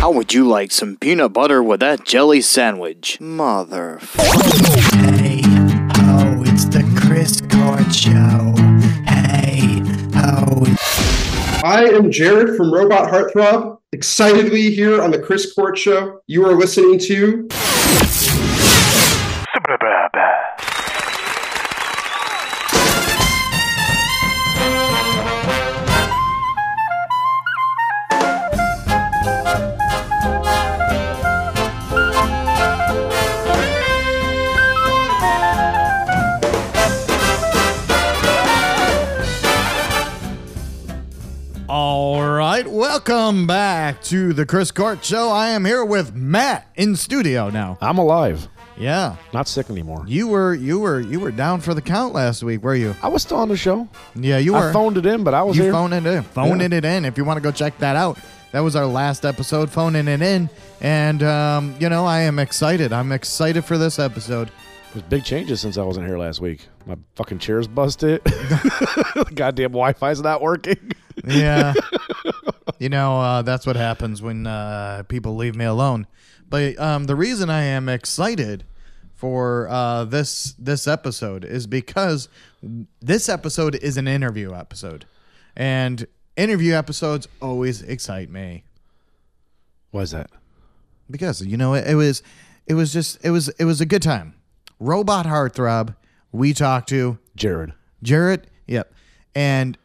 How would you like some peanut butter with that jelly sandwich? Mother. Hey, ho, Oh, it's the Chris Court Show. Hey, ho. I am Jared from Robot Heartthrob, excitedly here on the Chris Court Show. You are listening to All right, welcome back to the Chris Cart Show. I am here with Matt in studio now. I'm alive, Yeah, not sick anymore. you were you were you were down for the count last week, were you? I was still on the show. Yeah, you were. I phoned it in, but I was you here. phoned it in. Phoning it in. If you want to go check that out, that was our last episode. Phoning it in, and um, you know I am excited. I'm excited for this episode. There's big changes since I wasn't here last week. My fucking chair's busted. the goddamn Wi-Fi's not working. Yeah, you know uh, that's what happens when uh, people leave me alone. But um, the reason I am excited for uh, this this episode is because this episode is an interview episode, and interview episodes always excite me. Why is that? because you know it, it was it was just it was it was a good time robot heartthrob we talked to Jared. jarrett yep and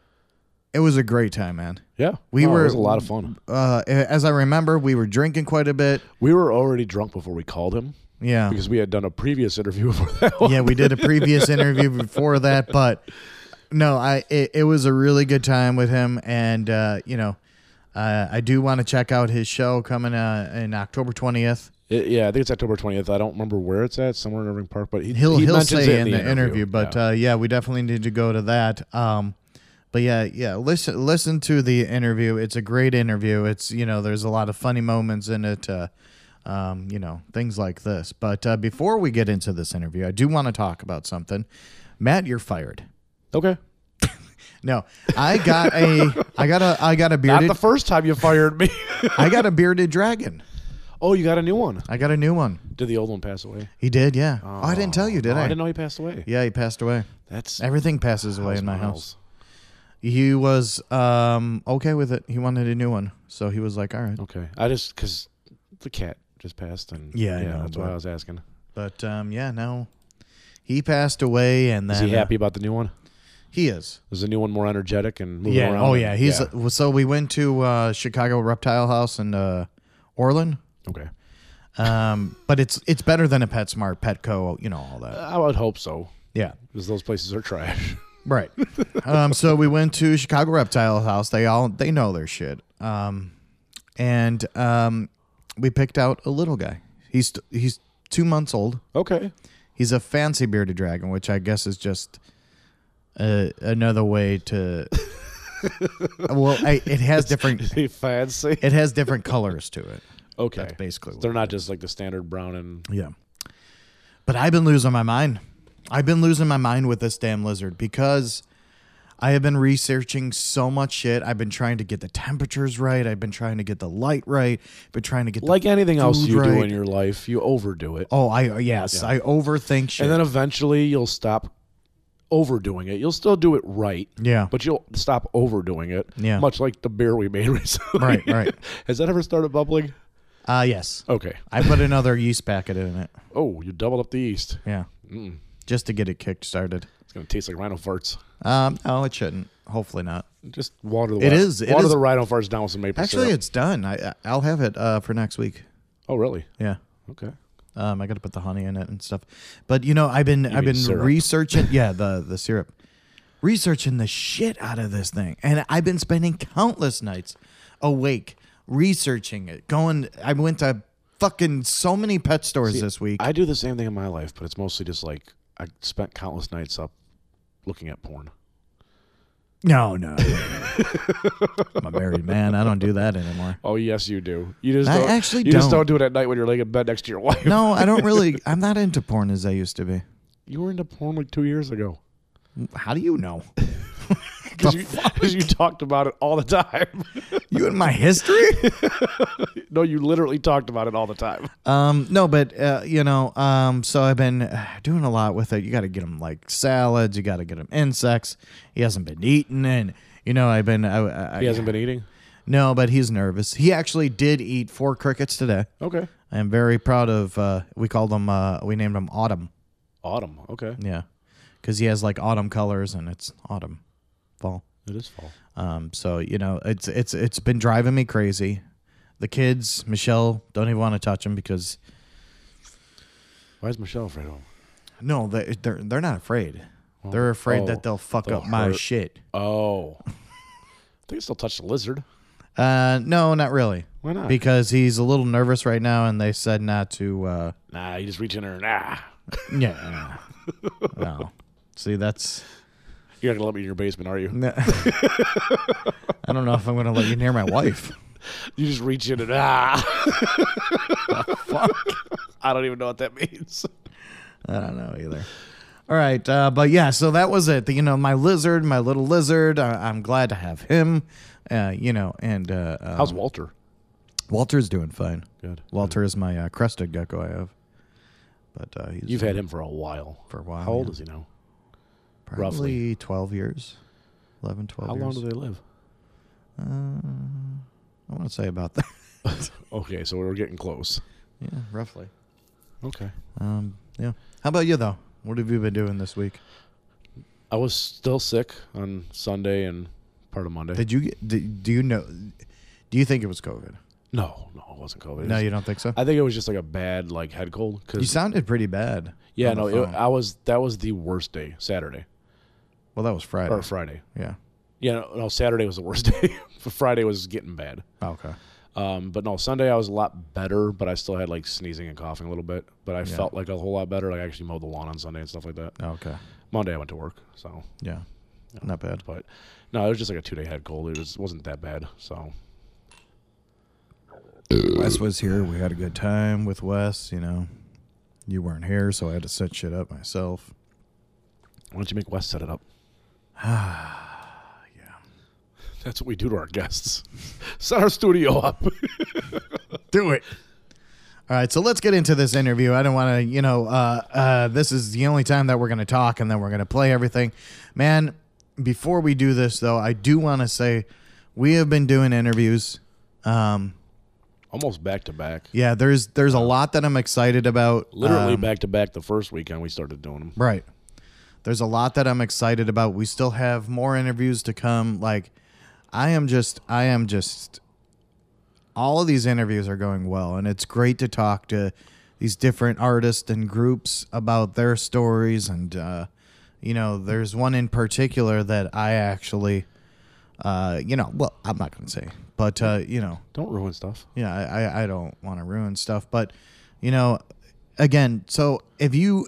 it was a great time man Yeah, We No, were- It was a lot of fun. uh as i remember we were drinking quite a bit We were already drunk before we called him yeah because we had done a previous interview before that. One. yeah we did a previous interview before that but no i it, it was a really good time with him and uh you know uh, I do want to check out his show coming uh, in October 20th. It- yeah, I think it's October 20th. I don't remember where it's at. Somewhere in Irving Park, but he, he'll he he'll mentions say it in the interview, but Yeah. yeah. Uh, yeah, we definitely need to go to that. Um, but yeah, yeah, listen listen to the interview. It's a great interview. It's you know, there's a lot of funny moments in it. Uh, um, you know, things like this. But uh, before we get into this interview, I do want to talk about something. Matt, you're fired. okay, No, I got a, I got a, I got a not bearded, the first time you fired me. I got a bearded dragon. oh, you got a new one. I got a new one. Did the old one pass away? He did, yeah. Oh, I didn't tell you, did Oh, I? I didn't know he passed away. Yeah, he passed away. That's Everything passes away Miles in my house. Morales. he was um okay with it. He wanted a new one, so he was like, "All right." Okay, I just because the cat just passed, and Yeah, I know, that's why but- I was asking. But um, yeah, no, he passed away, and uh, Is then he happy about the new one? he is. Is the new one more energetic and moving Yeah. around? Oh and- yeah. He's so we went to uh, Chicago Reptile House in uh, Orland. okay. Um, but it's it's better than a PetSmart, Petco, you know all that. I would hope so, Yeah. because those places are trash. Right. um, so we went to Chicago Reptile House. They all they know their shit. Um, and um, we picked out a little guy. He's he's two months old. okay, He's a fancy bearded dragon, which I guess is just uh, another way to. well, I, it has different. they fancy. It has different colors to it. Okay, That's basically what they're not just like the standard brown and Yeah. But I've been losing my mind. I've been losing my mind with this damn lizard because I have been researching so much shit. I've been trying to get the temperatures right. I've been trying to get the light right. Been trying to get the like anything else food you do right. in your life, you overdo it, Oh, I yes, I overthink shit. and then eventually you'll stop overdoing it. You'll still do it right. yeah, But you'll stop overdoing it. Yeah. Much like the beer we made recently. Right, right. Has that ever started bubbling? uh, yes, Okay. I put another yeast packet in it. Oh, you doubled up the yeast. Yeah. Just to get it kick started. It's gonna taste like rhino farts. Um, no, it shouldn't. Hopefully not. Just water the It wi- is- it water is- the rhino farts down with some maple Actually, syrup. it's done. I I- I'll have it uh, for next week. oh really? Yeah. Okay. Um, I got to put the honey in it and stuff. But you know, I've been I've mean been syrup. researching. Yeah, the the syrup. Researching the shit out of this thing, and I've been spending countless nights awake researching it. Going, I went to fucking so many pet stores this week. I do the same thing in my life, but it's mostly just like I spent countless nights up looking at porn. no, no. I'm a married man. I don't do that anymore. Oh yes, you do. You just I don't, actually you just don't. don't do it at night when you're laying in bed next to your wife. No, I don't really. I'm not into porn as I used to be. You were into porn like two years ago. How do you know? because you, 'cause you talked about it all the time. You in my history? no, you literally talked about it all the time. Um, no, but uh, you know, um, so I've been uh, doing a lot with it. You got to get him like salads. You got to get him insects. He hasn't been eating, and you know, I've been. I, I, He hasn't been eating. No, but he's nervous. He actually did eat four crickets today. Okay. I am very proud of. Uh, we called him. Uh, we named him Autumn. Autumn. Okay. Yeah, because he has like autumn colors, and it's autumn, fall. It is fall. Um, so you know, it's it's it's been driving me crazy. The kids, Michelle, don't even want to touch him because Why is Michelle afraid of him? No, they, they're they're not afraid. they're afraid oh, that they'll fuck they'll up my hurt. shit. Oh. I think I still touched the lizard. Uh, no, not really. Why not? Because he's a little nervous right now, and they said not to. Uh, Nah, you just reach in there and ah. yeah. no. See, that's. You're not gonna let me in your basement, are you? I don't know if I'm gonna let you near my wife. You just reach in and ah. I don't even know what that means. I don't know either. All right, uh, but yeah, so that was it. You know, my lizard, my little lizard. I, I'm glad to have him. Uh, you know, and uh, uh, How's Walter? Walter's doing fine. Good. Walter is my uh, crested gecko I have. But uh, he's You've had him for a while. For a while, How old yeah. is he now? probably roughly. 12 years. 11, 12 How years. long do they live? I want to say about that. Okay, so we're getting close. yeah, roughly. Okay. Um, yeah. How about you, though? What have you been doing this week? I was still sick on Sunday and part of Monday. Did you get, did, do you know, do you think it was COVID? no, no, it wasn't COVID. It No, was- you don't think so? I think it was just like a bad like head cold. Cause you sounded pretty bad. yeah, on the no, phone. it, I was. That was the worst day. Saturday well, that was Friday. or Friday. yeah. Yeah, no, no Saturday was the worst day. Friday was getting bad. Oh, okay. Um, but no, Sunday I was a lot better, but I still had like sneezing and coughing a little bit. But I felt like a whole lot better. Like I actually mowed the lawn on Sunday and stuff like that. Oh, okay. Monday I went to work, so Yeah. Not bad. but no, it was just like a two day head cold. It was, wasn't that bad. So Wes was here. We had a good time with Wes. You know, you weren't here, so I had to set shit up myself. why don't you make Wes set it up? yeah, that's what we do to our guests. set our studio up. Do it. All right, so let's get into this interview. I don't want to, you know, uh, uh, this is the only time that we're going to talk and then we're going to play everything. Man, before we do this, though, I do want to say we have been doing interviews. Um, Almost back to back. yeah, there's there's a lot that I'm excited about. Literally Um, back to back. The first weekend we started doing them. Right. There's a lot that I'm excited about. We still have more interviews to come. Like I am just I am just all of these interviews are going well and it's great to talk to these different artists and groups about their stories and uh you know, there's one in particular that I actually uh you know, well, I'm not going to say, but uh you know, Don't ruin stuff. yeah, I, I, I don't want to ruin stuff, but you know, again, so if you,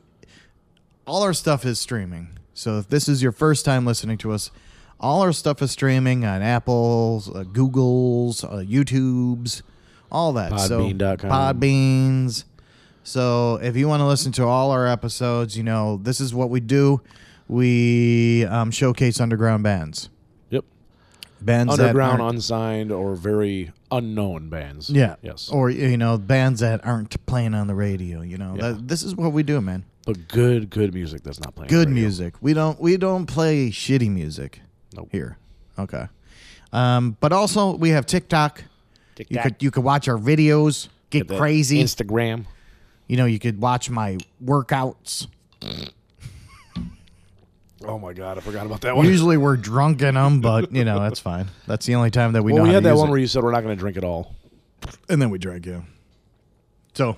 all our stuff is streaming. So if this is your first time listening to us, all our stuff is streaming on Apple's, uh, Google's, uh, YouTube's, all that. So Podbean.com. Podbeans. So if you want to listen to all our episodes, you know this is what we do. We um, showcase underground bands, Yep. bands that Underground, aren't- unsigned, or very unknown bands. Yeah. Yes. Or you know, bands that aren't playing on the radio. You know, Yeah. that, this is what we do, man. but good, good music that's not playing. Good radio. music. We don't we don't play shitty music Nope. here. Okay. Um, but also we have TikTok. You TikTok. could you could watch our videos. Get That crazy. Instagram. you know, you could watch my workouts. Oh my god, I forgot about that one. Usually we're drunk in them, but you know that's fine. That's the only time that we know. well, we how had to that use one it. where you said we're not going to drink at all. and then we drank yeah so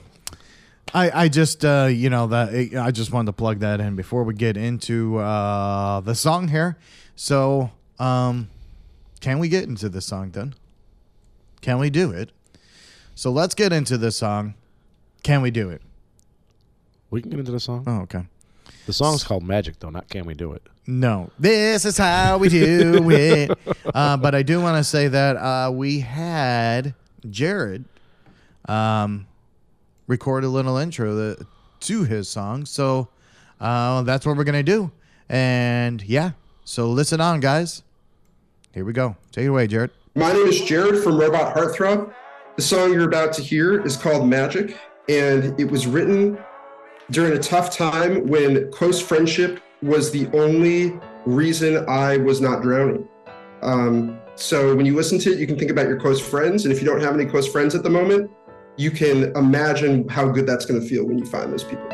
i i just uh you know that i just wanted to plug that in before we get into uh the song here so um can we get into the song then can we do it so let's get into the song can we do it We can get into the song. oh okay The song's called Magic, though. Not Can We Do It? No, this is how we do it. Uh, but I do want to say that uh, we had Jared um, record a little intro that, to his song, so uh, that's what we're gonna do. And yeah, so listen on, guys. Here we go. Take it away, Jared. My name is Jared from Robot Heartthrob. The song you're about to hear is called Magic, and it was written during a tough time when close friendship was the only reason I was not drowning. Um, so when you listen to it, you can think about your close friends, and if you don't have any close friends at the moment, you can imagine how good that's going to feel when you find those people.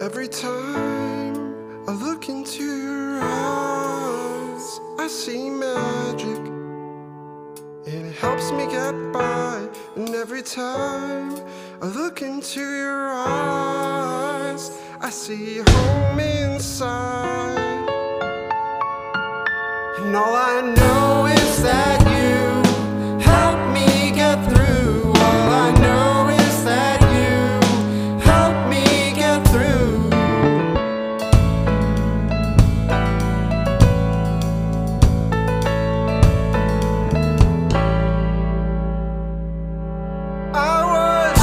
Every time I look into your eyes, I see magic. And it helps me get by. And every time I look into your eyes, I see home inside. And all I know is that you help me get through. All I know is that you help me get through. I was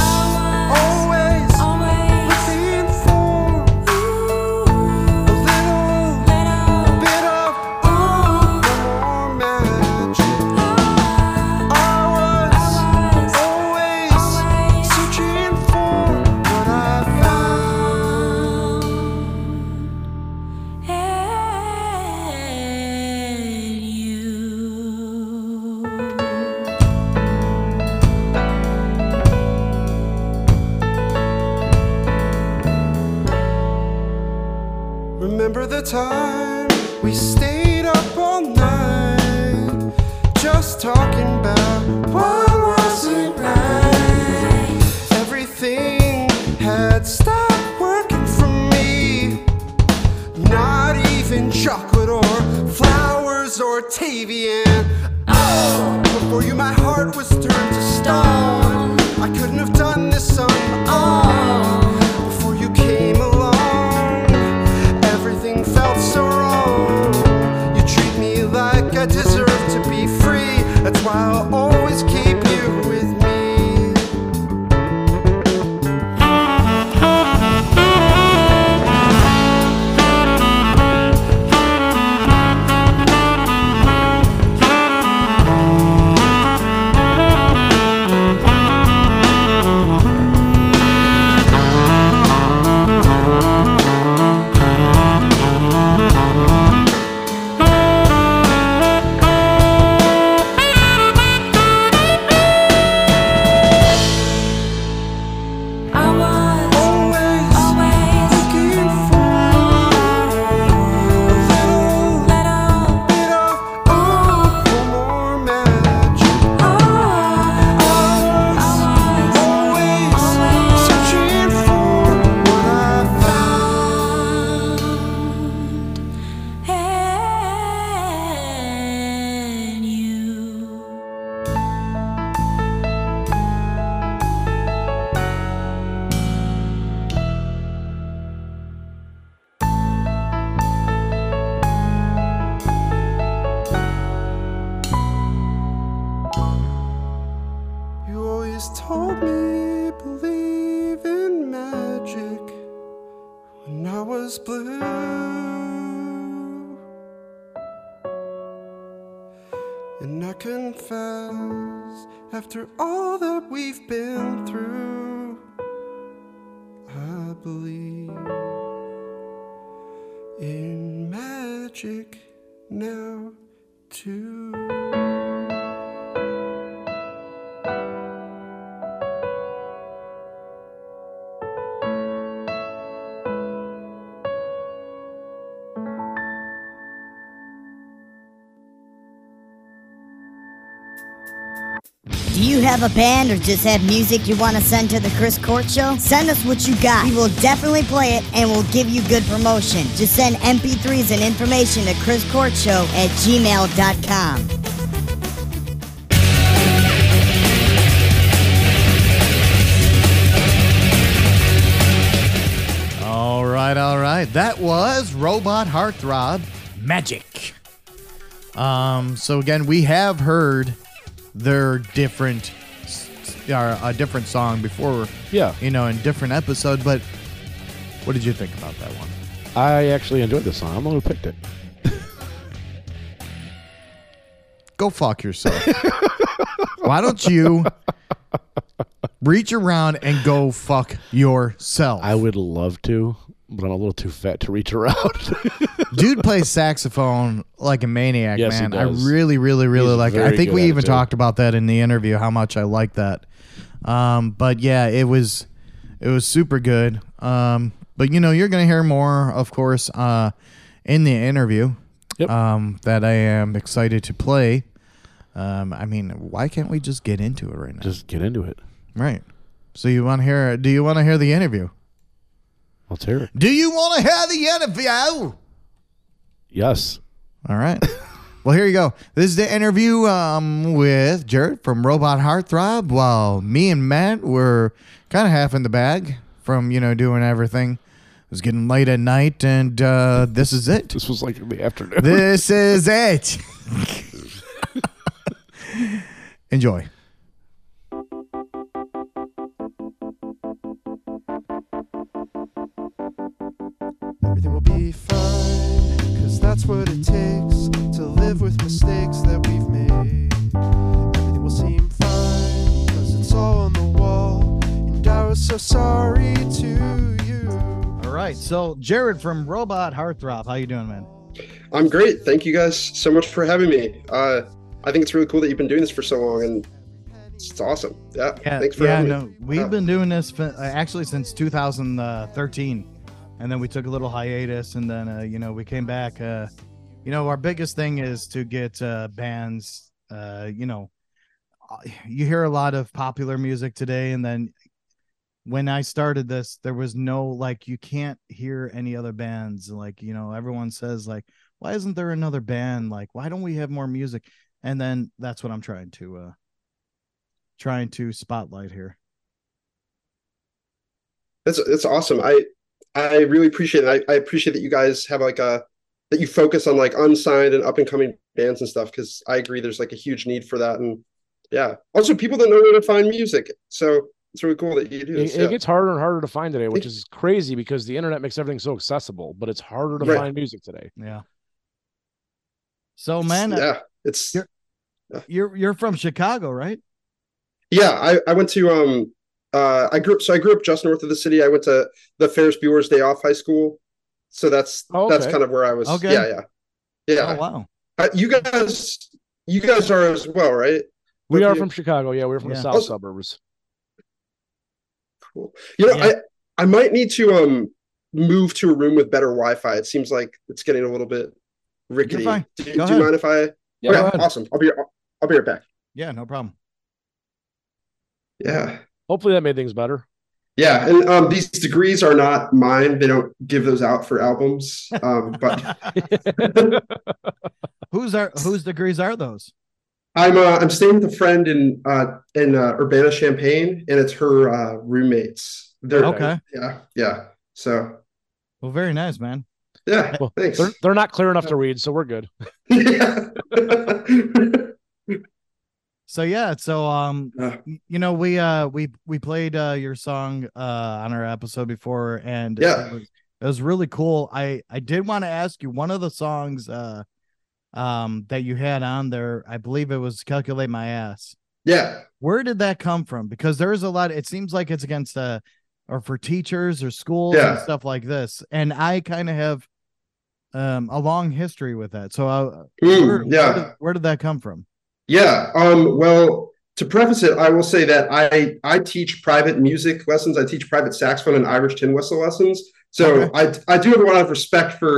always looking for a little bit of more magic. I was always searching for what I found. And you. Remember the time we stayed up all night just talking about what wasn't right. Everything had stopped working for me. Not even chocolate or flowers or Tavian. Oh, before you, my heart was turned to stone. I couldn't have done this on my own. Before you came along, everything felt so wrong. You treat me like I deserve to be free. That's why I'll always keep you with me. I was Always always looking for a little little bit of more magic. oh, Always, always searching for what I and you. You always told me believe in magic when I was blue. And I confess, after all that we've been through, I believe in magic now, too. Do you have a band or just have music you want to send to the Chris Court Show? Send us what you got. We will definitely play it and we'll give you good promotion. Just send MP3s and information to Chris Court Show at gmail.com. All right, all right. That was Robot Heartthrob Magic. Um, so again, we have heard their different s- s- or a different song before, Yeah. you know, in different episode. But what did you think about that one? I actually enjoyed this song. I'm the one who picked it. Go fuck yourself. Why don't you reach around and go fuck yourself? I would love to, but I'm a little too fat to reach around. Dude plays saxophone like a maniac, Yes, he man. I does. really, really, really He's like it. I very think good we at even it, too. talked about that in the interview, how much I like that. Um, but yeah, it was it was super good. Um, but you know, you're gonna hear more, of course, uh, in the interview. Yep. Um, that I am excited to play. Um, I mean, why can't we just get into it right now? Just get into it. right. So you want to hear? Do you want to hear the interview? Let's hear it. Do you want to hear the interview? Yes. All right. Well, here you go. This is the interview um, with Jared from Robot Heartthrob. While me and Matt were kind of half in the bag from you know doing everything. It was getting late at night, and uh, this is it. This was like in the afternoon. This is it. Enjoy. Everything will be fine, cause that's what it takes to live with mistakes that we've made. Everything will seem fine, cause it's all on the wall, and I was so sorry to you. All right. So Jared from Robot Heartthrob, how you doing, man? I'm great. Thank you guys so much for having me. Uh, I think it's really cool that you've been doing this for so long, and it's awesome. Yeah, Yeah, thanks for yeah, having no, me. We've Yeah. been doing this fi- uh, actually since 2013, and then we took a little hiatus, and then uh, you know we came back. Uh, you know, our biggest thing is to get uh, bands. Uh, you know, uh, you hear a lot of popular music today, and then when I started this, there was no like you can't hear any other bands. Like you know, everyone says like, why isn't there another band? Like, why don't we have more music? And then that's what I'm trying to. Uh, trying to spotlight here. That's that's awesome. I I really appreciate it. I, I appreciate that you guys have like a that you focus on like unsigned and up and coming bands and stuff because I agree there's like a huge need for that and yeah. Also people that know where to find music. So it's really cool that you do this. It, yeah. it gets harder and harder to find today, which It- is crazy because the internet makes everything so accessible, but it's harder to Right. find music today. Yeah. So man, yeah, it's You're- you're you're from Chicago, right? Yeah, I, I went to um uh I grew up so I grew up just north of the city. I went to the Ferris Bueller's Day Off High School. So that's Oh, that's okay. kind of where I was. Okay. Yeah, yeah. Yeah. Oh wow. Uh, you guys you guys are as well, right? We What do are you- from Chicago. Yeah, we're from Yeah. the south Also- suburbs. Cool. You know, Yeah. I I might need to um move to a room with better Wi-Fi. It seems like it's getting a little bit rickety. fine. Do, Go do you ahead. mind if I? Yeah, okay, go ahead. awesome. I'll be I'll be right back. Yeah, no problem. Yeah, Hopefully that made things better. yeah. And um, these degrees are not mine. They don't give those out for albums. Um, but Who's are whose degrees are those? I'm uh, I'm staying with a friend in uh in uh, Urbana Champaign, and it's her uh, roommates. They're Okay. yeah yeah. So Well, very nice, man. yeah, Well, thanks. They're, they're not clear enough to read, so we're good. yeah. So yeah, so um Yeah. y- you know, we uh we we played uh your song uh on our episode before and Yeah. it was, it was really cool. I I did want to ask you one of the songs uh um that you had on there, I believe it was Calculate My Ass. yeah. where did that come from because there is a lot it seems like it's against uh or for teachers or schools and Yeah. stuff like this and i kind of have um a long history with that so I, Mm, where, yeah. where did, where did that come from Yeah. Um, well, to preface it, I will say that I I teach private music lessons. I teach private saxophone and Irish tin whistle lessons. So I I do have a lot of respect for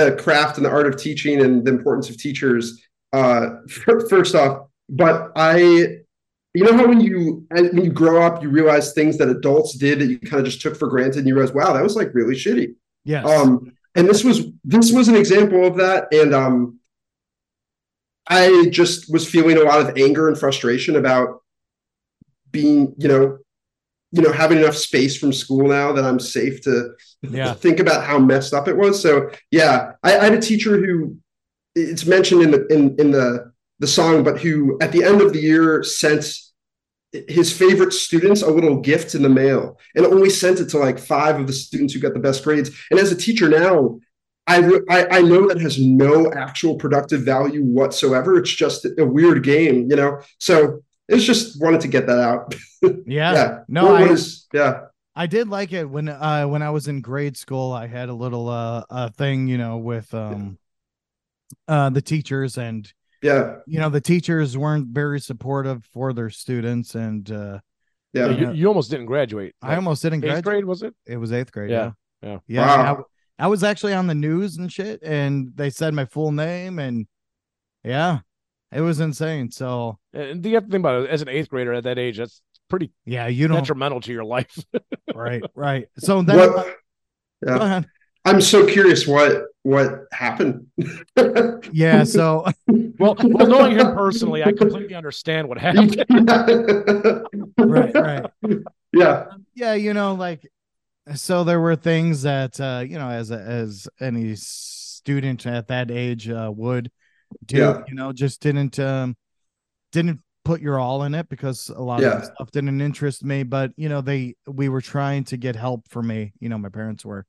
the craft and the art of teaching and the importance of teachers. Uh, fir- first off, but I, you know how when you and when you grow up, you realize things that adults did that you kind of just took for granted, and you realize, wow, that was like really shitty. yes Um, and this was this was an example of that, and um, I just was feeling a lot of anger and frustration about being, you know, you know, having enough space from school now that I'm safe to yeah think about how messed up it was. So yeah, I, I had a teacher who it's mentioned in the in in the the song, but who at the end of the year sent his favorite students a little gift in the mail and only sent it to like five of the students who got the best grades. And as a teacher now, I, re- I, I know that has no actual productive value whatsoever. It's just a weird game, you know? So it's just wanted to get that out. Yeah. No, What I- was- yeah. I did like it when uh when I was in grade school. I had a little uh, uh thing, you know, with um uh the teachers and Yeah. you know the teachers weren't very supportive for their students and uh Yeah. You- you, almost didn't graduate. I almost didn't eighth graduate. grade was it? It was eighth grade. Yeah, Yeah. yeah. Yeah, I- Wow. I, was actually on the news and shit, and they said my full name, and yeah, it was insane. So And you have to think about it as an eighth grader at that age. That's pretty yeah, you don't. detrimental to your life. right. Right. So then. uh, What, Go yeah. ahead. I'm so curious what what happened. Yeah. So well, well, knowing him personally, I completely understand what happened. right. Right. Yeah. yeah you know like so there were things that uh you know as a, as any student at that age uh would do Yeah. you know just didn't um didn't put your all in it because a lot Yeah. of the stuff didn't interest me but you know they we were trying to get help for me you know my parents were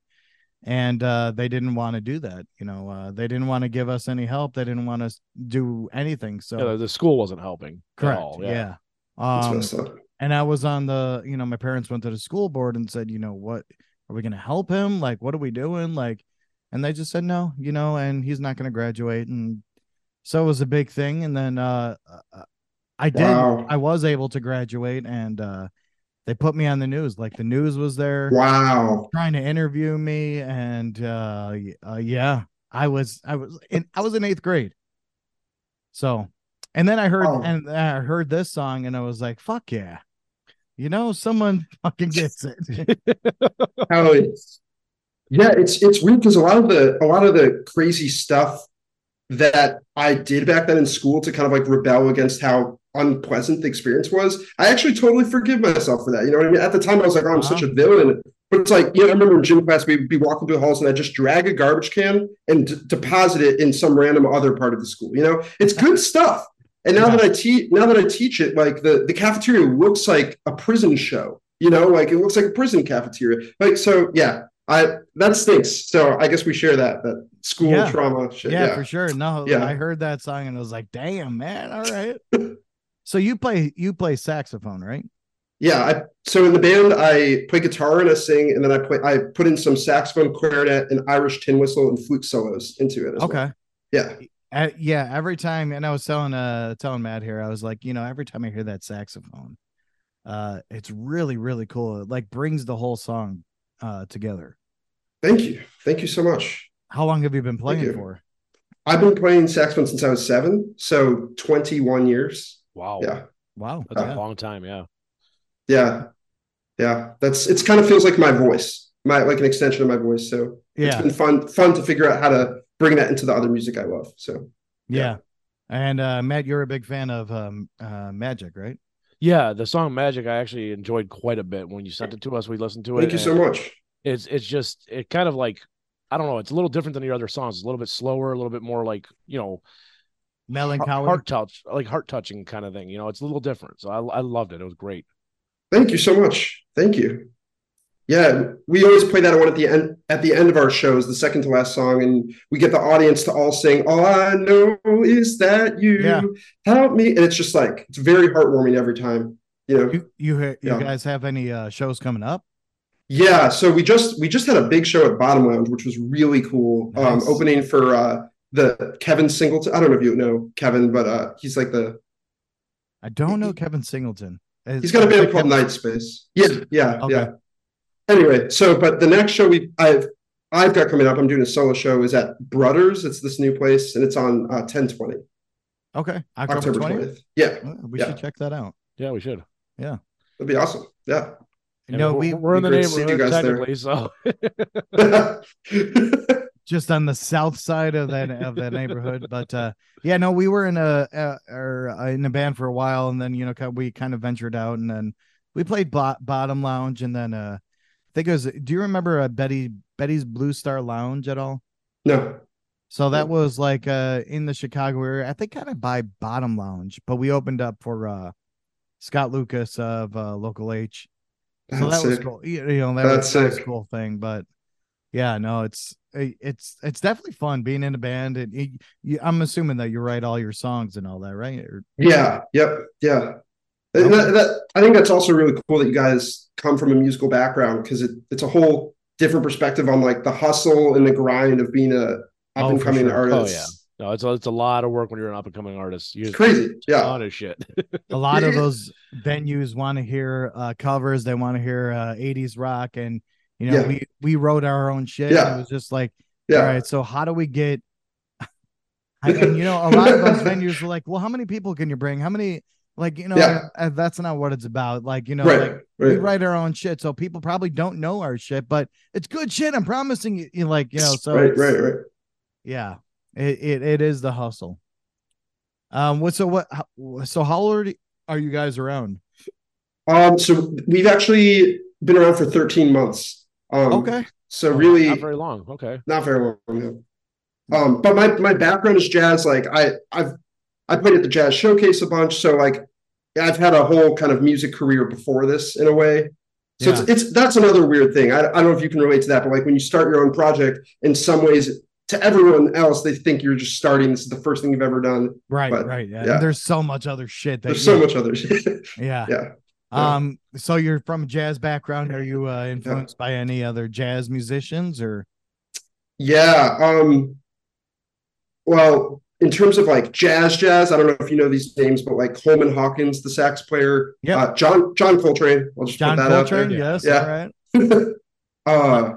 and uh they didn't want to do that you know uh they didn't want to give us any help they didn't want us to do anything so Yeah, the- the school wasn't helping. at correct all, yeah, That's um messed up. and I was on the, you know, my parents went to the school board and said, you know, what are we going to help him? Like, what are we doing? Like, and they just said, no, you know, and he's not going to graduate. And so it was a big thing. And then, uh, uh, I did, Wow. I was able to graduate and, uh, they put me on the news. Like the news was there Wow. trying to interview me. And, uh, y- uh, yeah, I was, I was, in, I was in eighth grade. So, and then I heard Oh. and I heard this song and I was like, fuck yeah. You know, someone fucking gets it. How it's yeah, it's it's weird because a lot of the a lot of the crazy stuff that I did back then in school to kind of like rebel against how unpleasant the experience was, I actually totally forgive myself for that. You know what I mean? At the time I was like, oh, I'm such a villain. But it's like, you know, I remember in gym class, we'd be walking through the halls and I'd just drag a garbage can and d- deposit it in some random other part of the school. You know, it's good stuff. And now that I teach, now that I teach it, like the, the cafeteria looks like a prison show, you know, like it looks like a prison cafeteria. Like, so yeah, I, that stinks. So I guess we share that, that school Yeah. trauma shit. yeah, yeah. for sure. No, Yeah. I heard that song and I was like, damn, man. All right. so you play you play saxophone, right? Yeah, I, so in the band, I play guitar and I sing, and then I play. I put in some saxophone, clarinet, and Irish tin whistle and flute solos into it. As Well. Okay. Yeah. Uh, yeah, every time, and I was telling uh telling Matt here, I was like, you know, every time I hear that saxophone, uh, it's really really cool. It like brings the whole song uh together. Thank you. Thank you so much. How long have you been playing you. for? I've been playing saxophone since I was seven, so twenty-one years. Wow. Yeah. Wow, That's yeah. a long time. Yeah. Yeah. Yeah. That's. It's kind of feels like my voice, my like an extension of my voice. So it's Yeah. been fun. Fun to figure out how to bring that into the other music I love. So Yeah. And uh, Matt, you're a big fan of um, uh, Magic, right? Yeah. The song Magic, I actually enjoyed quite a bit when you sent it to us. We listened to it. thank you and so much. It's, it's just, it kind of like, I don't know. It's a little different than your other songs. It's a little bit slower, a little bit more like, you know, heart, Melancholy. heart touch, like heart touching kind of thing. You know, it's a little different. So I, I loved it. It was great. Thank you so much. Thank you. Yeah, we always play that one at the end at the end of our shows, the second to last song, and we get the audience to all sing, All I know is that you Yeah. help me. And it's just like it's very heartwarming every time. You know. You you ha- you uh, Yeah. guys have any uh, shows coming up? Yeah, so we just we just had a big show at Bottom Lounge, which was really cool. Nice. Um, opening for uh the Kevin Singleton. I don't know if you know Kevin, but uh he's like the I don't know Kevin Singleton. Is- He's got a is it band called Kevin- Night Space. Yeah, yeah, Okay. yeah. Anyway, so but the next show we I've I've got coming up, I'm doing a solo show is at Brothers. It's this new place, and it's on uh, 1020 Okay, October October twentieth. 20th. Yeah, We Yeah. should check that out. Yeah, we should. that'd be awesome. Yeah. And no, we're, we we're in the be great to see you neighborhood guys there. technically. So just on the south side of that of that neighborhood. But uh, yeah, no, we were in a uh, or uh, in a band for a while, and then you know ki- we kind of ventured out, and then we played bo- Bottom Lounge, and then uh, I think it was. Do you remember uh, Betty Betty's Blue Star Lounge at all? no. So that was like uh in the Chicago area. I think kind of by Bottom Lounge, but we opened up for uh Scott Lucas of uh, Local H. So That's that was it. cool. You you know, that, was, That's that was a sick. cool thing. But yeah, no, it's it- it's it's definitely fun being in a band, and you, you, I'm assuming that you write all your songs and all that, right? Or, Yeah. Yep. Yeah. And that, that, I think that's also really cool that you guys come from a musical background because it, it's a whole different perspective on like the hustle and the grind of being a Oh, up and for coming sure. Oh, artist. yeah. No, it's a, it's a lot of work when you're an up and coming artist. You It's just crazy. a Yeah. lot of shit. a lot of Yeah. those venues want to hear uh, covers. They want to hear uh, 80s rock, and you know, Yeah. we we wrote our own shit. Yeah. And it was just like, all Yeah. right, so how do we get? I, and you know, a lot of those venues are like, well, how many people can you bring? How many? Like, you know, Yeah. uh, that's not what it's about. Like, you know, like Right. we Right. write our own shit, so people probably don't know our shit, but it's good shit. I'm promising you, you like, you know, so Right. it's- Right. Right. yeah, it, it it is the hustle. Um, what so what how- so how old are you guys around? Um, so we've actually been around for 13 months. Um, Okay, So really Not very long. Okay. not very long. no. Um, but my my background is jazz. Like I I've I played at the jazz showcase a bunch. So like I've had a whole kind of music career before this in a way. So it's, it's that's another weird thing. I, I don't know if you can relate to that, but like when you start your own project, in some ways, to everyone else, they think you're just starting. This is the first thing you've ever done. right, but, right. Yeah. yeah. There's so much other shit that There's you- so much other shit. yeah. yeah. yeah. Um, so you're from a jazz background. Are you uh, influenced by any other jazz musicians or Yeah. Um, well, in terms of like jazz, jazz, I don't know if you know these names, but like Coleman Hawkins, the sax player, Yep. uh, John John Coltrane. I'll just put John that out there. Coltrane? Yes, Yeah. all right. Uh,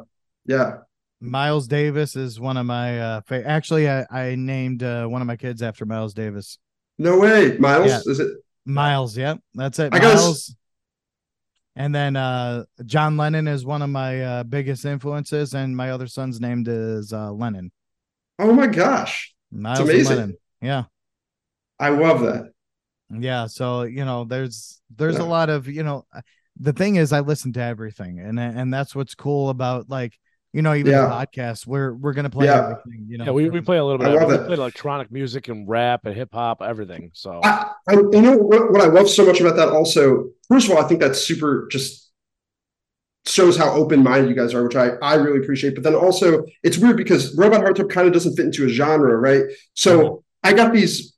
yeah. Miles Davis is one of my uh fa- actually I, I named uh, one of my kids after Miles Davis. No way. Miles, Yeah. is it? Miles, yep, that's it. I gotta s- Miles. And then uh John Lennon is one of my uh, biggest influences, and my other son's name is uh Lennon. Oh my gosh. Miles and amazing. Lennon. Yeah. I love that. Yeah, so you know, there's there's a Yeah. lot of you know, uh, the thing is, I listen to everything, and and that's what's cool about like you know even Yeah. the podcast. We're we're gonna play Yeah. everything. You know, Yeah, we, from- we play a little bit. I of love everything. it. We played electronic music and rap and hip hop, everything. So I, I you know what, what I love so much about that also, first of all, I think that's super just shows how open-minded you guys are, which I, I really appreciate. But then also it's weird because Robot Heartthrub kind of doesn't fit into a genre, right? So I got these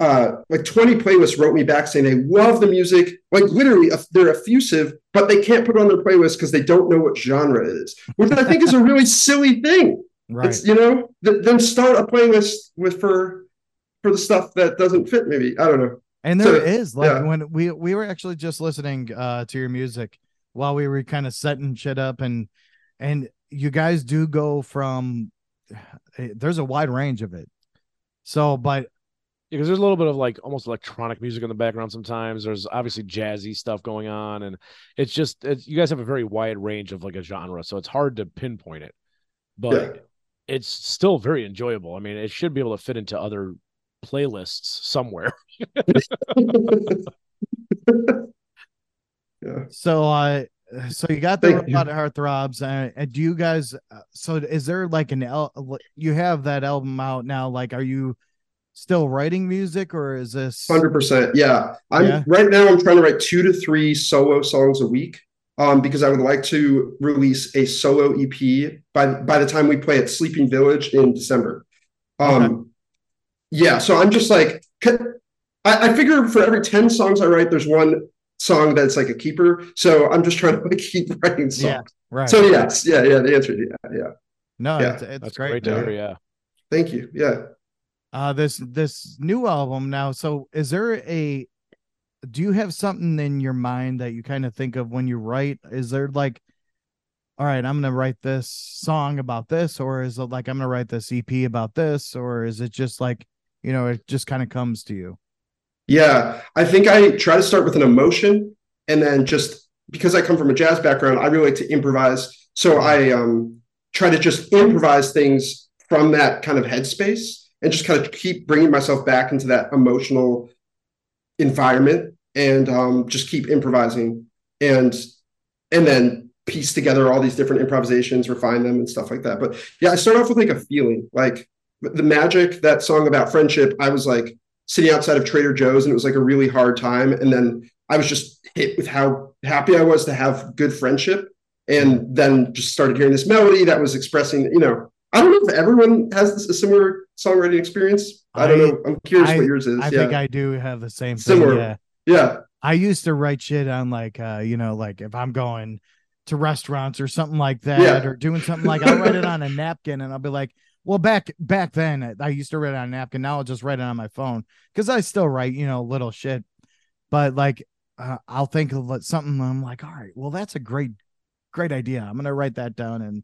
uh like 20 playlists wrote me back saying they love the music, like literally uh, they're effusive, but they can't put it on their playlist because they don't know what genre it is, which I think is a really silly thing. right. It's you know, th- then start a playlist with for for the stuff that doesn't fit. Maybe I don't know. And there So, is like yeah. when we we were actually just listening uh to your music while we were kind of setting shit up and and you guys do go from eh, there's a wide range of it. So but because there's a little bit of like almost electronic music in the background sometimes. There's obviously jazzy stuff going on, and it's just it's, you guys have a very wide range of like a genre, so it's hard to pinpoint it. But it's still very enjoyable. I mean, it should be able to fit into other playlists somewhere. yeah. so uh so you got the Thank you. robot heartthrobs and, and do you guys uh, so is there like an el- you have that album out now like are you still writing music or is this Hundred percent. Yeah, I'm Yeah. right now. I'm trying to write two to three solo songs a week, um, because I would like to release a solo EP by by the time we play at Sleeping Village in December. Um, yeah. So I'm just like, c- I, I figure for every ten songs I write, there's one song that's like a keeper. So I'm just trying to like keep writing songs. Yeah, right So yes, yeah, yeah. The answer, is yeah, yeah. no yeah, it's, it's That's great, great, man. to man. hear. Yeah. Thank you. Yeah. uh this this new album now so is there a do you have something in your mind that you kind of think of when you write is there like all right i'm gonna write this song about this or is it like i'm gonna write this ep about this or is it just like you know it just kind of comes to you Yeah, I think I try to start with an emotion and then just because I come from a jazz background, I really like to improvise. So I um, try to just improvise things from that kind of headspace and just kind of keep bringing myself back into that emotional environment and um, just keep improvising and and then piece together all these different improvisations, refine them and stuff like that. But yeah, I start off with like a feeling, like the magic, that song about friendship, I was like, sitting outside of Trader Joe's and it was like a really hard time. And then I was just hit with how happy I was to have good friendship. And then just started hearing this melody that was expressing, you know, I don't know if everyone has this, a similar songwriting experience. I don't I- know. I'm curious I- what yours is. I yeah. think I do have the same thing. Similar. Yeah. yeah. I used to write shit on like uh, you know, like if I'm going to restaurants or something like that, Yeah. or doing something like I'll write it on a napkin and I'll be like, well, back back then uh, I- I used to write it on a napkin. Now I'll just write it on my phone because I still write, you know, little shit. But like uh, I'll think of like, something. I'm like, all right, well, that's a great, great idea. I'm gonna write that down. And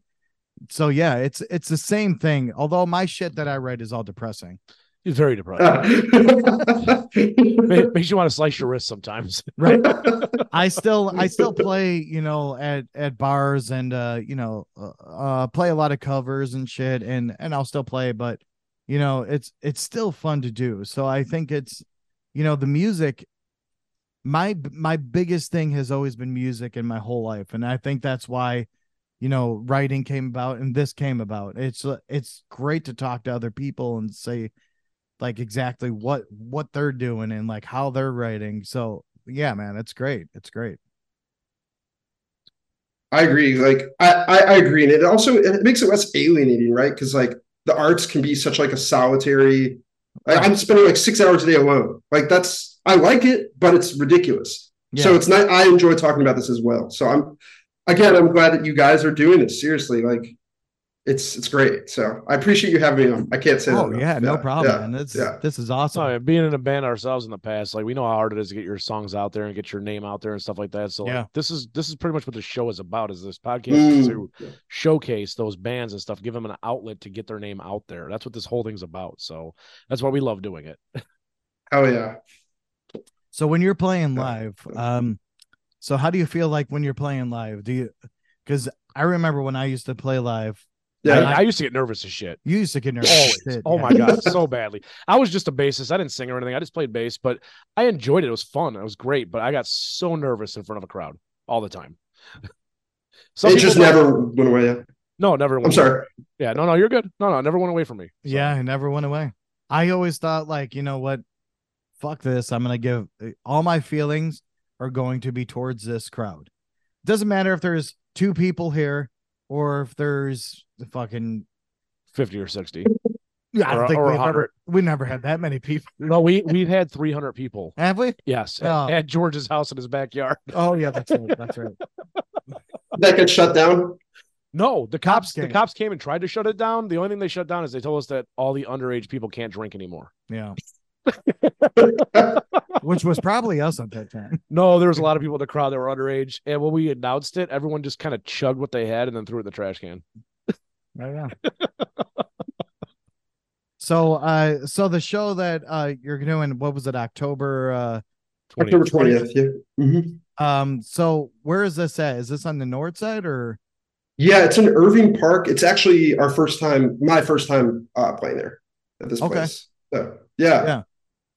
so yeah, it's it's the same thing. Although my shit that I write is all depressing. It's very depressing. Ah. Ma- Makes you want to slice your wrist sometimes. Right. I still I still play, you know, at at bars and uh, you know, uh, uh play a lot of covers and shit and and I'll still play but you know, it's it's still fun to do. So I think it's you know, the music my my biggest thing has always been music in my whole life and I think that's why you know, writing came about and this came about. It's uh, it's great to talk to other people and say like exactly what what they're doing and like how they're writing. So yeah, man, it's great. It's great. I agree. Like I, I, I agree, and it also it makes it less alienating, right? Because like the arts can be such like a solitary. I, I'm spending like six hours a day alone. Like that's I like it, but it's ridiculous. So Yeah. it's not. I enjoy talking about this as well. So I'm again. I'm glad that you guys are doing it. Seriously, like it's it's great. So I appreciate you having me on. I can't say that. Oh enough. yeah, no problem. yeah, man. This yeah. this is awesome. So being in a band ourselves in the past, like we know how hard it is to get your songs out there and get your name out there and stuff like that. So like, Yeah. this is this is pretty much what the show is about. Is this podcast Mm. is to showcase those bands and stuff, give them an outlet to get their name out there. That's what this whole thing's about. So that's why we love doing it. Oh yeah. So when you're playing Yeah. live, um, so how do you feel like when you're playing live? Do you? Because I remember when I used to play live, Yeah, Yeah. I, I used to get nervous as shit. you used to get nervous. Always. Shit, oh yeah. my god, so badly. I was just a bassist. I didn't sing or anything. I just played bass, but I enjoyed it. It was fun. It was great. But I got so nervous in front of a crowd all the time. Some it people just don't- never went away. No, never. I'm went. sorry. Yeah, no, no, you're good. No, no, it never went away from me. So, Yeah, it never went away. I always thought like, you know what? Fuck this. I'm gonna give all my feelings are going to be towards this crowd. Doesn't matter if there's two people here or if there's the fucking. fifty or sixty. Yeah, I Or- don't think or we've 100. ever we never had that many people, No, we we've had three hundred people. have we? Yes, Oh. at, at George's house in his backyard. Oh yeah, that's right. That's right. That got shut down. No, the Cops cops, the came. cops came and tried to shut it down. The only thing they shut down is they told us that all the underage people can't drink anymore. Yeah. Which was probably us at that time. No, there was a lot of people in the crowd that were underage, and when we announced it, everyone just kind of chugged what they had and then threw it in the trash can. yeah. so uh so the show that uh you're doing, what was it, October October 20th. Yeah. Mhm. uh um so where is this at? Is this on the north side or Yeah, it's in Irving Park. It's actually our first time, my first time uh, playing there at this Okay. place. So yeah, Yeah.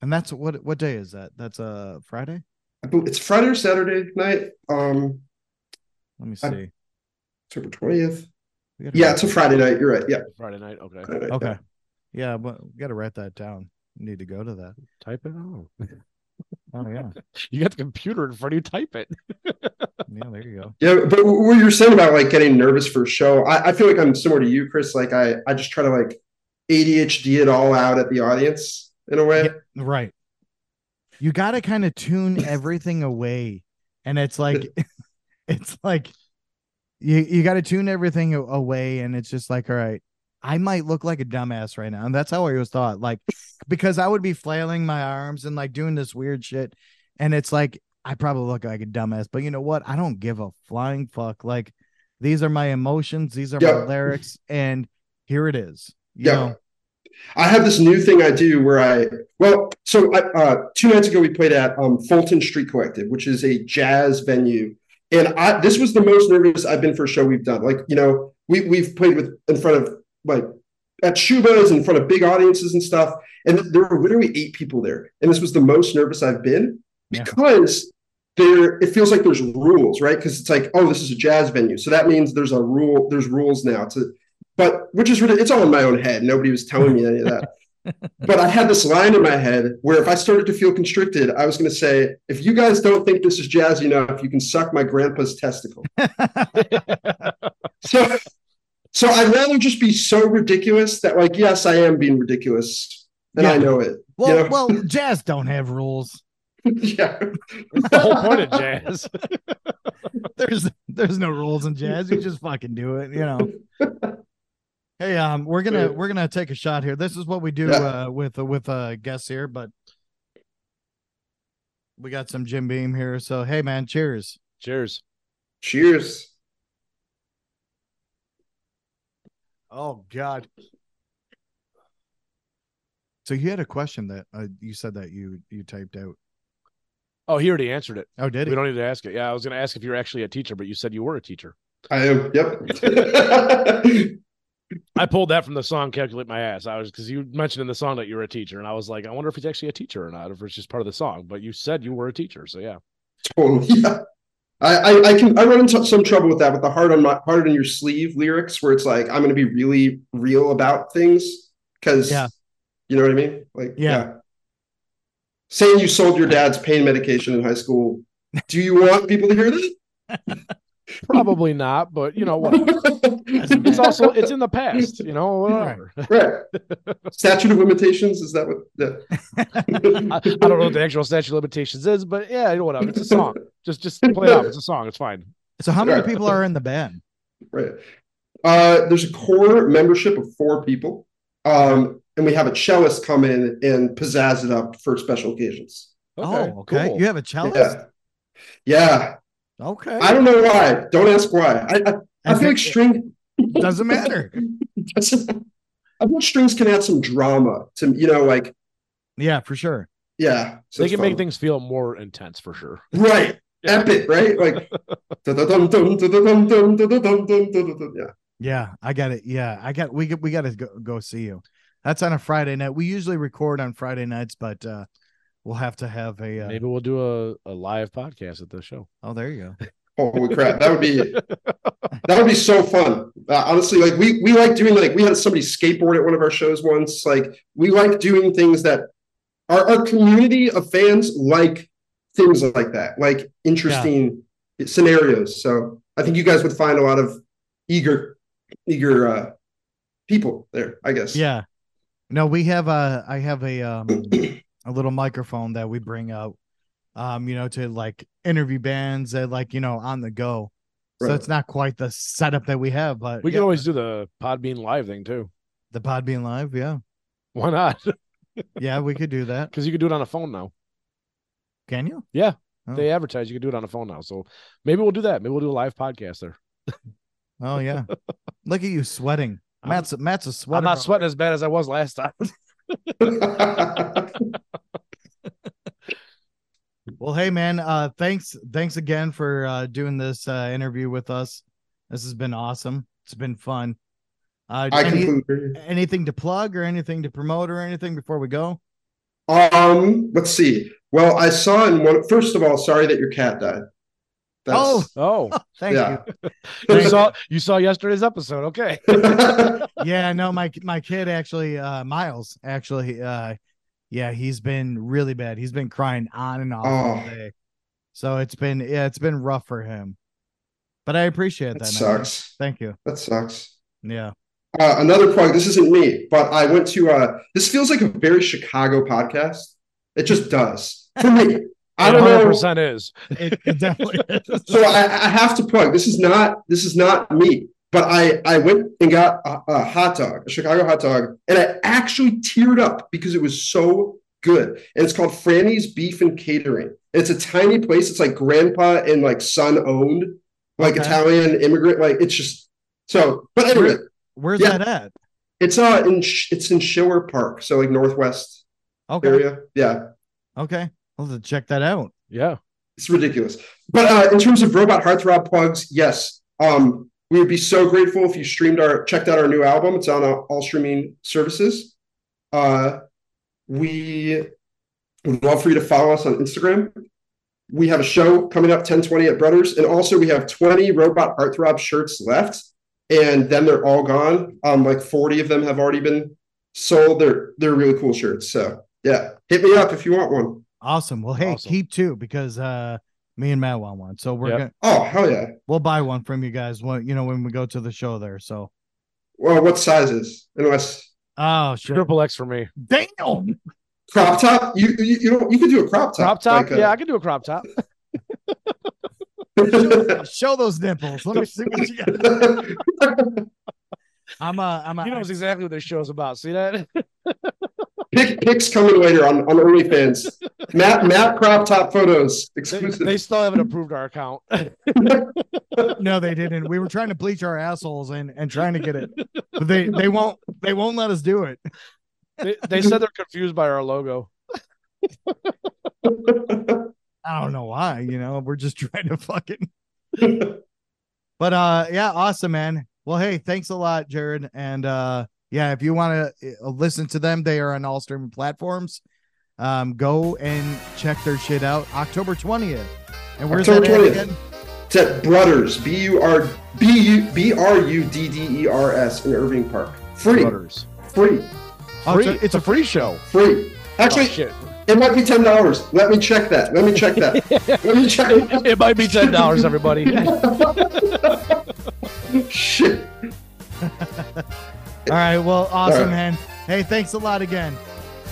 and that's what what day is that? That's uh Friday? I bel- it's Friday or Saturday night, um, Let me see. October twentieth. We gotta Uh, Yeah, write it's a that- Friday night. You're right. Yeah. Friday night. Okay, Friday night, Okay. Yeah, but we gotta write that down. Need to go to that. type it out. Oh yeah. You got the computer in front of you. Type it. Yeah, there you go. Yeah, Yeah, but what you're saying about like getting nervous for a show, I, I feel like I'm similar to you, Chris. Like I, I just try to like ADHD it all out at the audience in a way. Yeah. Right. You got to kind of tune everything away. And it's like, it's like, you, you got to tune everything a- away. And it's just like, all right, I might look like a dumbass right now. And that's how I always thought, like, because I would be flailing my arms and like doing this weird shit. And it's like, I probably look like a dumbass, but you know what? I don't give a flying fuck. Like, these are my emotions, these are Yeah. my lyrics, and here it is. You Yeah. know? I have this new thing I do where I well, so I, uh, two nights ago we played at um, Fulton Street Collective, which is a jazz venue, and I this was the most nervous I've been for a show we've done. Like you know, we we've played with in front of like at Shuba's in front of big audiences and stuff, and there were literally eight people there, and this was the most nervous I've been Yeah. because. There, it feels like there's rules, right? Because it's like, oh, this is a jazz venue, so that means there's a rule. There's rules now to but which is really it's all in my own head. Nobody was telling me any of that. but I had this line in my head where if I started to feel constricted, I was going to say, if you guys don't think this is jazzy enough, you can suck my grandpa's testicle. so, so I'd rather just be so ridiculous that, like, yes, I am being ridiculous, and I Yeah. know it. Well, Yeah. well, jazz don't have rules. yeah, It's the whole point of jazz. There's there's no rules in jazz. You just fucking do it, you know. Hey, um, we're gonna Yeah. we're gonna take a shot here. This is what we do Yeah. uh, with uh, with uh, guests here, but we got some Jim Beam here. So hey, man, cheers. Cheers. cheers. Oh God. So you had a question that uh, you said that you you typed out. Oh, he already answered it. Oh, did We it? don't need to ask it. Yeah, I was going to ask if you're actually a teacher, but you said you were a teacher. I am. Yep. I pulled that from the song "Calculate My Ass." I was because you mentioned in the song that you were a teacher, and I was like, I wonder if he's actually a teacher or not, if it's just part of the song. But you said you were a teacher, so yeah. totally. Yeah. I, I, I can I run into some trouble with that with the heart on my heart on your sleeve lyrics where it's like I'm gonna be really real about things because Yeah. you know what I mean like Yeah. saying you sold your dad's pain medication in high school do you want people to hear Probably not, but you know what? that It's also it's in the past, you know. Whatever. right statute of limitations is that what that I, I don't know what the actual statute of limitations is, but yeah, you know whatever. It's a song. Just just play it off. It's a song. It's fine. So how many Yeah. people are in the band? Right. Uh, there's a core membership of four people, um, and we have a cellist come in and pizzazz it up for special occasions. oh, okay. cool. You have a cellist. Yeah, yeah. Okay. I don't know why. Don't ask why. I I, I As feel it- like string Doesn't matter. I feel like strings can add some drama to you know like Yeah, for sure. yeah. So they it's can make fun. things feel more intense for sure. right. Yeah. Epic, right? Like, dun-dun-dun, dun-dun-dun, dun-dun-dun, dun-dun-dun. yeah. Yeah, I got it. Yeah, I got. We get. We got to go, go see you. That's on a Friday night. We usually record on Friday nights, but uh we'll have to have a. Uh, Maybe we'll do a, a live podcast at the show. oh, there you go. Holy crap! That would be that would be so fun. Uh, honestly, like we we like doing like we had somebody skateboard at one of our shows once. Like we like doing things that our our community of fans like things like that, like interesting scenarios. So I think you guys would find a lot of eager eager uh, people there. I guess. Yeah. No, we have a. I have a um a little microphone that we bring out, um, you know, to like interview bands that like you know on the go. So Right. it's not quite the setup that we have, but We yeah, can always do the Podbean live thing too. the pod being live. Yeah, Why not? yeah, we could do that. Because you can do it on a phone now. Can you? Oh. They advertise you can do it on a phone now. So maybe we'll do that. Maybe we'll do a live podcast there. Oh yeah. Look at you sweating. I'm- Matt's Matt's a sweater. I'm not sweating as bad as I was last time. Well, hey man, uh thanks thanks again for uh doing this uh interview with us. This has been awesome. It's been fun. Uh I any- completely agree. anything to plug or anything to promote or anything before we go? Um, let's see. Well, I saw in one first of all, sorry that your cat died. Oh, Oh, Thank Yeah. you. you saw you saw yesterday's episode. Okay. Yeah, no, my my kid actually uh Miles actually uh yeah, he's been really bad. He's been crying on and off all Oh. day. So it's been yeah, it's been rough for him. But I appreciate that. that man. sucks. Thank you. That sucks. Yeah. Uh, another plug. This isn't me, but I went to. Uh, this feels like a very Chicago podcast. It just does for me. I don't know. percent is. It, it definitely is. So I, I have to plug. This is not. This is not me. But I I went and got a, a hot dog, a Chicago hot dog, and I actually teared up because it was so good. And it's called Franny's Beef and Catering. It's a tiny place. It's like grandpa and like son owned, like Okay. Italian immigrant. Like it's just so. But anyway. Where's Yeah. that at? It's uh in Sh- it's in Schiller Park, so like northwest Okay. area. Yeah, Okay. I'll have to check that out. Yeah. it's ridiculous. But uh, in terms of robot heartthrob plugs, yes, um, we would be so grateful if you streamed our checked out our new album. It's on uh, all streaming services. Uh, we would love for you to follow us on Instagram. We have a show coming up 1020 at Brothers, and also we have 20 robot heartthrob shirts left, and then they're all gone. Um, like 40 of them have already been So they're they're really cool shirts. So yeah, hit me up if you want one. Awesome. Well, hey, Awesome. keep two because uh, me and Matt want one, so we're Yep. gonna Oh hell yeah! we'll buy one from you guys. When you know when we go to the show there. So Well, what sizes? Unless oh shit. Triple X for me. damn. crop top. You you you, don't, you could do a crop Crop top. top? like uh, yeah, I a- can do a crop top. Show those nipples. Let me see what you got. I'm a I'm uh, a He knows exactly what this show's about. See that? Pick pics coming later on on OnlyFans. Matt Matt crop top photos They, exclusive. they still haven't approved our account. no, they didn't. We were trying to bleach our assholes and and trying to get it, but they they won't they won't let us do it. they, they said they're confused by our logo. I don't know why. You know, we're just trying to fucking. But uh, yeah, awesome, man. Well, hey, thanks a lot, Jared. And uh, yeah, if you want to uh, listen to them, they are on all streaming platforms. Um, go and check their shit out. October twentieth. And where's October that 20th. at again? It's at Brudders, B U R B U B R U D D E R S in Irving Park. Free, Butters. free, Oh, it's a- Free. it's a free show. free. Oh, Actually, shit. it might be ten dollars. Let me check that. Let me check that. Let me check. It might be ten dollars, everybody. Shit. All right. Well, awesome, right. man. Hey, thanks a lot again.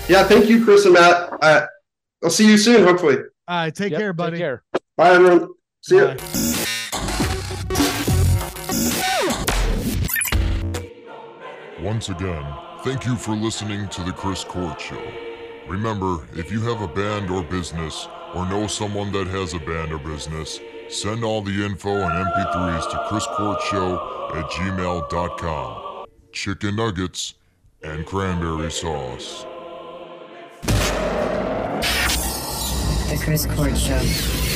Yeah, thank you, Chris and Matt. Uh, I'll see you soon, hopefully. All right, take Yep, care, buddy. Take care. Bye, everyone. See ya. Bye. Once again, thank you for listening to The Chris Court Show. Remember, if you have a band or business, or know someone that has a band or business, send all the info and mp3s to chriscourtshow at gmail.com. Chicken nuggets and cranberry sauce. The Chris Court Show.